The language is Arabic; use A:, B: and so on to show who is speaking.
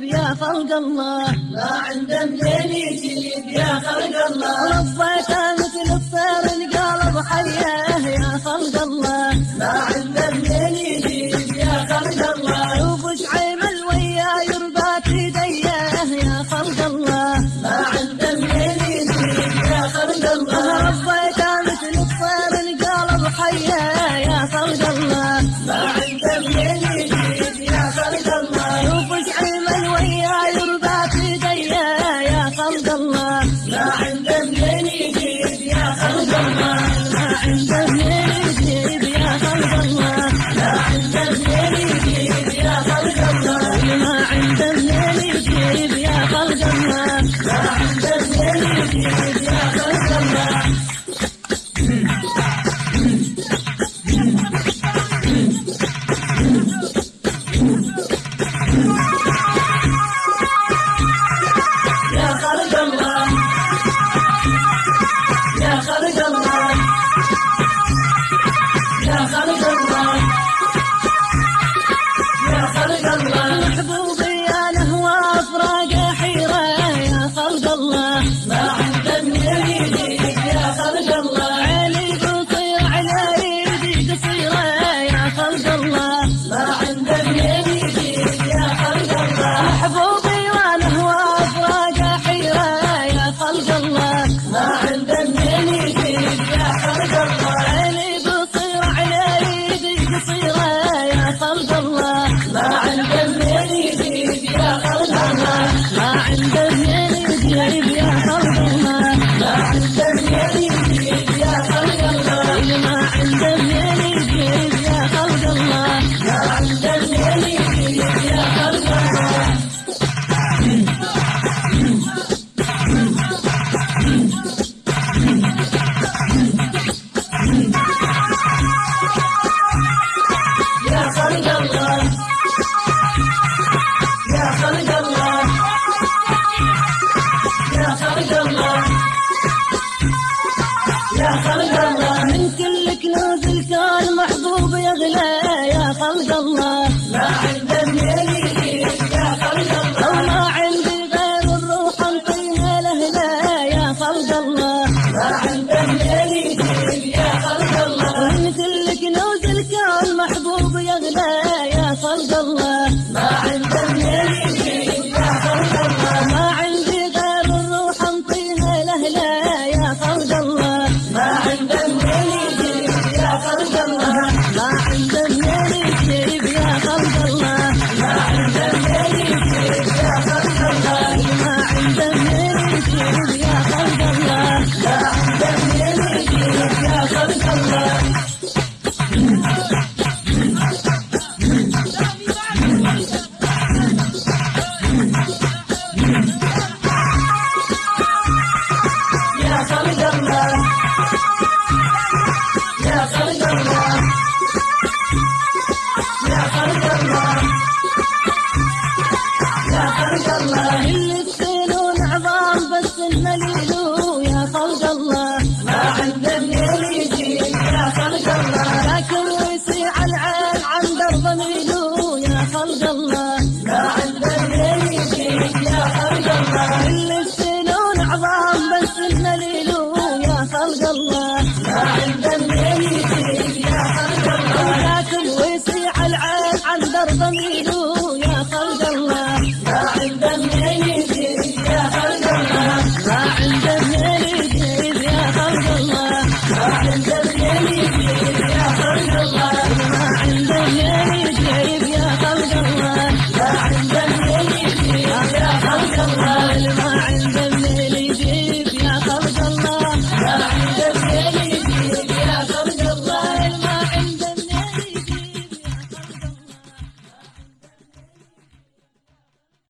A: خلق الله
B: ما عنده منين يجيب يا خلق الله
A: رضيته مثل الطير القلب حيه يا خلق الله
B: ما عنده منين يجيب يا خلق الله
A: عوف شعيب الويا يربات ايديه يا خلق الله
B: ما عنده منين يجيب يا خلق الله
A: رضيته مثل الطير القلب حيه يا خلق الله
B: ما عنده منين يجيب يا خلق الله
A: عوف شعيب الويا يربات ايديه يا خلق الله
B: ما عنده منين يجيب يا خلق الله
A: ما عنده من يجيب يا خلق الله
B: ما عنده منين يجيب يا خلق الله
A: ما عنده من يجيب يا خلق الله
B: ما عنده منين يجيب يا خلق الله يا خلق الله يا خلق الله يا خلق الله يا خلق الله
A: محبوبي يا نهوى افراق حيره يا خلق الله
B: ما عنده منين يجيب يا خلق الله
A: علي قصير على يدي قصيره يا خلق الله
B: ما عنده منين يجيب يا خلق الله
A: محبوبي يا نهوى افراق حيره يا خلق الله
B: ما عنده منين يجيب يا خلق الله
A: علي قصير على يدي قصيره يا خلق الله
B: ما عنده منين يجيب يا خلق الله
A: ما عنده من يجيب يا خلق الله
B: ما عنده منين يجيب يا خلق الله
A: ما عنده من يجيب يا خلق الله
B: ما عنده منين يجيب يا خلق الله يا خلق الله يا خلق الله يا خلق الله يا خلق الله
A: من كل كنوز الكون محبوب يغلى يا خلق الله
B: ما عنده منين يجيب يا خلق
A: لو
B: الله
A: ما عندي غير الروح انطيها لهلا يا خلق الله
B: ما عنده منين يجيب يا خلق الله
A: من كل كنوز الكون محبوب يغلى يا خلق الله
B: ما عنده منين يجيب يا خلق الله
A: ما عندي غير الروح انطيها لهلا يا خلق الله
B: ما عنده منين يجيب يا خلق الله
A: ما عنده من يجيب يا خلق الله
B: ما عنده منين يجيب يا خلق الله
A: ما عنده من يجيب يا خلق الله
B: ما عنده منين يجيب يا خلق الله يا خلق الله يا خلق الله يا خلق الله يا خلق الله
A: كل السنون عظام بس المليل